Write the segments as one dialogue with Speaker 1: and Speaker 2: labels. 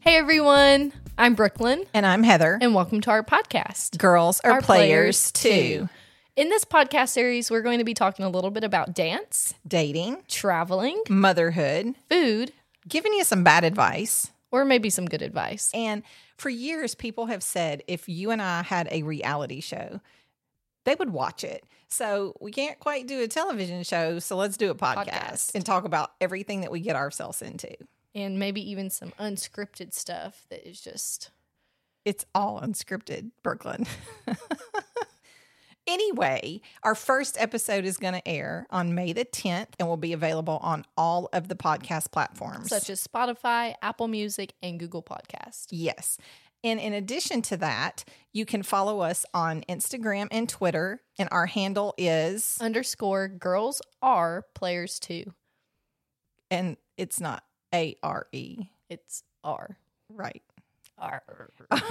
Speaker 1: Hey everyone, I'm Brooklyn,
Speaker 2: And I'm Heather.
Speaker 1: and welcome to our podcast.
Speaker 2: Girls are
Speaker 1: Our
Speaker 2: players, too.
Speaker 1: In this podcast series, we're going to be talking a little bit about dance,
Speaker 2: Dating,
Speaker 1: traveling,
Speaker 2: motherhood,
Speaker 1: food,
Speaker 2: giving you some bad advice.
Speaker 1: or maybe some good advice.
Speaker 2: And for years, people have said if you and I had a reality show, they would watch it. So we can't quite do a television show. So let's do a podcast,
Speaker 1: Podcast.
Speaker 2: and talk about everything that we get ourselves into.
Speaker 1: And maybe even some unscripted stuff that is just
Speaker 2: It's all unscripted, Brooklyn. anyway, our first episode is going to air on May the 10th and will be available on all of the podcast platforms.
Speaker 1: such as Spotify, Apple Music, and Google Podcast.
Speaker 2: Yes. And in addition to that, you can follow us on Instagram and Twitter, and our handle is,
Speaker 1: Underscore girls are players too.
Speaker 2: and it's not A R E,
Speaker 1: It's R.
Speaker 2: right?
Speaker 1: R.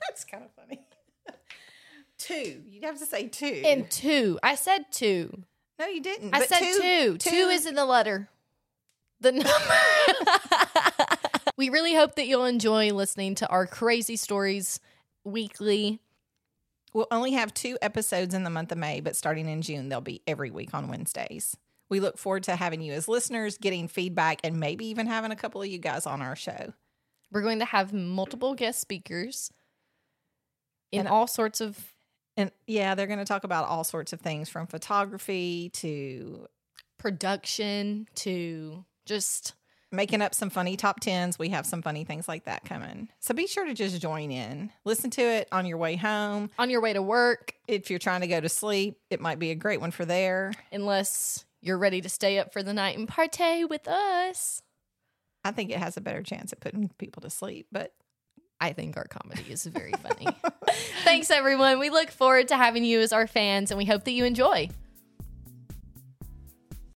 Speaker 2: That's kind of funny. two. You'd have to say two.
Speaker 1: and two. I said two.
Speaker 2: no, you didn't.
Speaker 1: I
Speaker 2: But
Speaker 1: said two. Two is in the letter. The number. we really hope that you'll enjoy listening to our crazy stories weekly.
Speaker 2: We'll only have two episodes in the month of May, but starting in June, they'll be every week on Wednesdays. We look forward to having you as listeners, getting feedback, and maybe even having a couple of you guys on our show.
Speaker 1: We're going to have multiple guest speakers in
Speaker 2: And-
Speaker 1: all sorts of
Speaker 2: And yeah, they're going to talk about all sorts of things from photography to
Speaker 1: production to just
Speaker 2: making up some funny top tens. We have some funny things like that coming. So be sure to just join in. Listen to it on your way home.
Speaker 1: on your way to work,
Speaker 2: If you're trying to go to sleep, it might be a great one for there.
Speaker 1: unless you're ready to stay up for the night and partay with us.
Speaker 2: I think it has a better chance at putting people to sleep, but
Speaker 1: I think our comedy is very funny. Thanks, everyone. We look forward to having you as our fans, and we hope that you enjoy.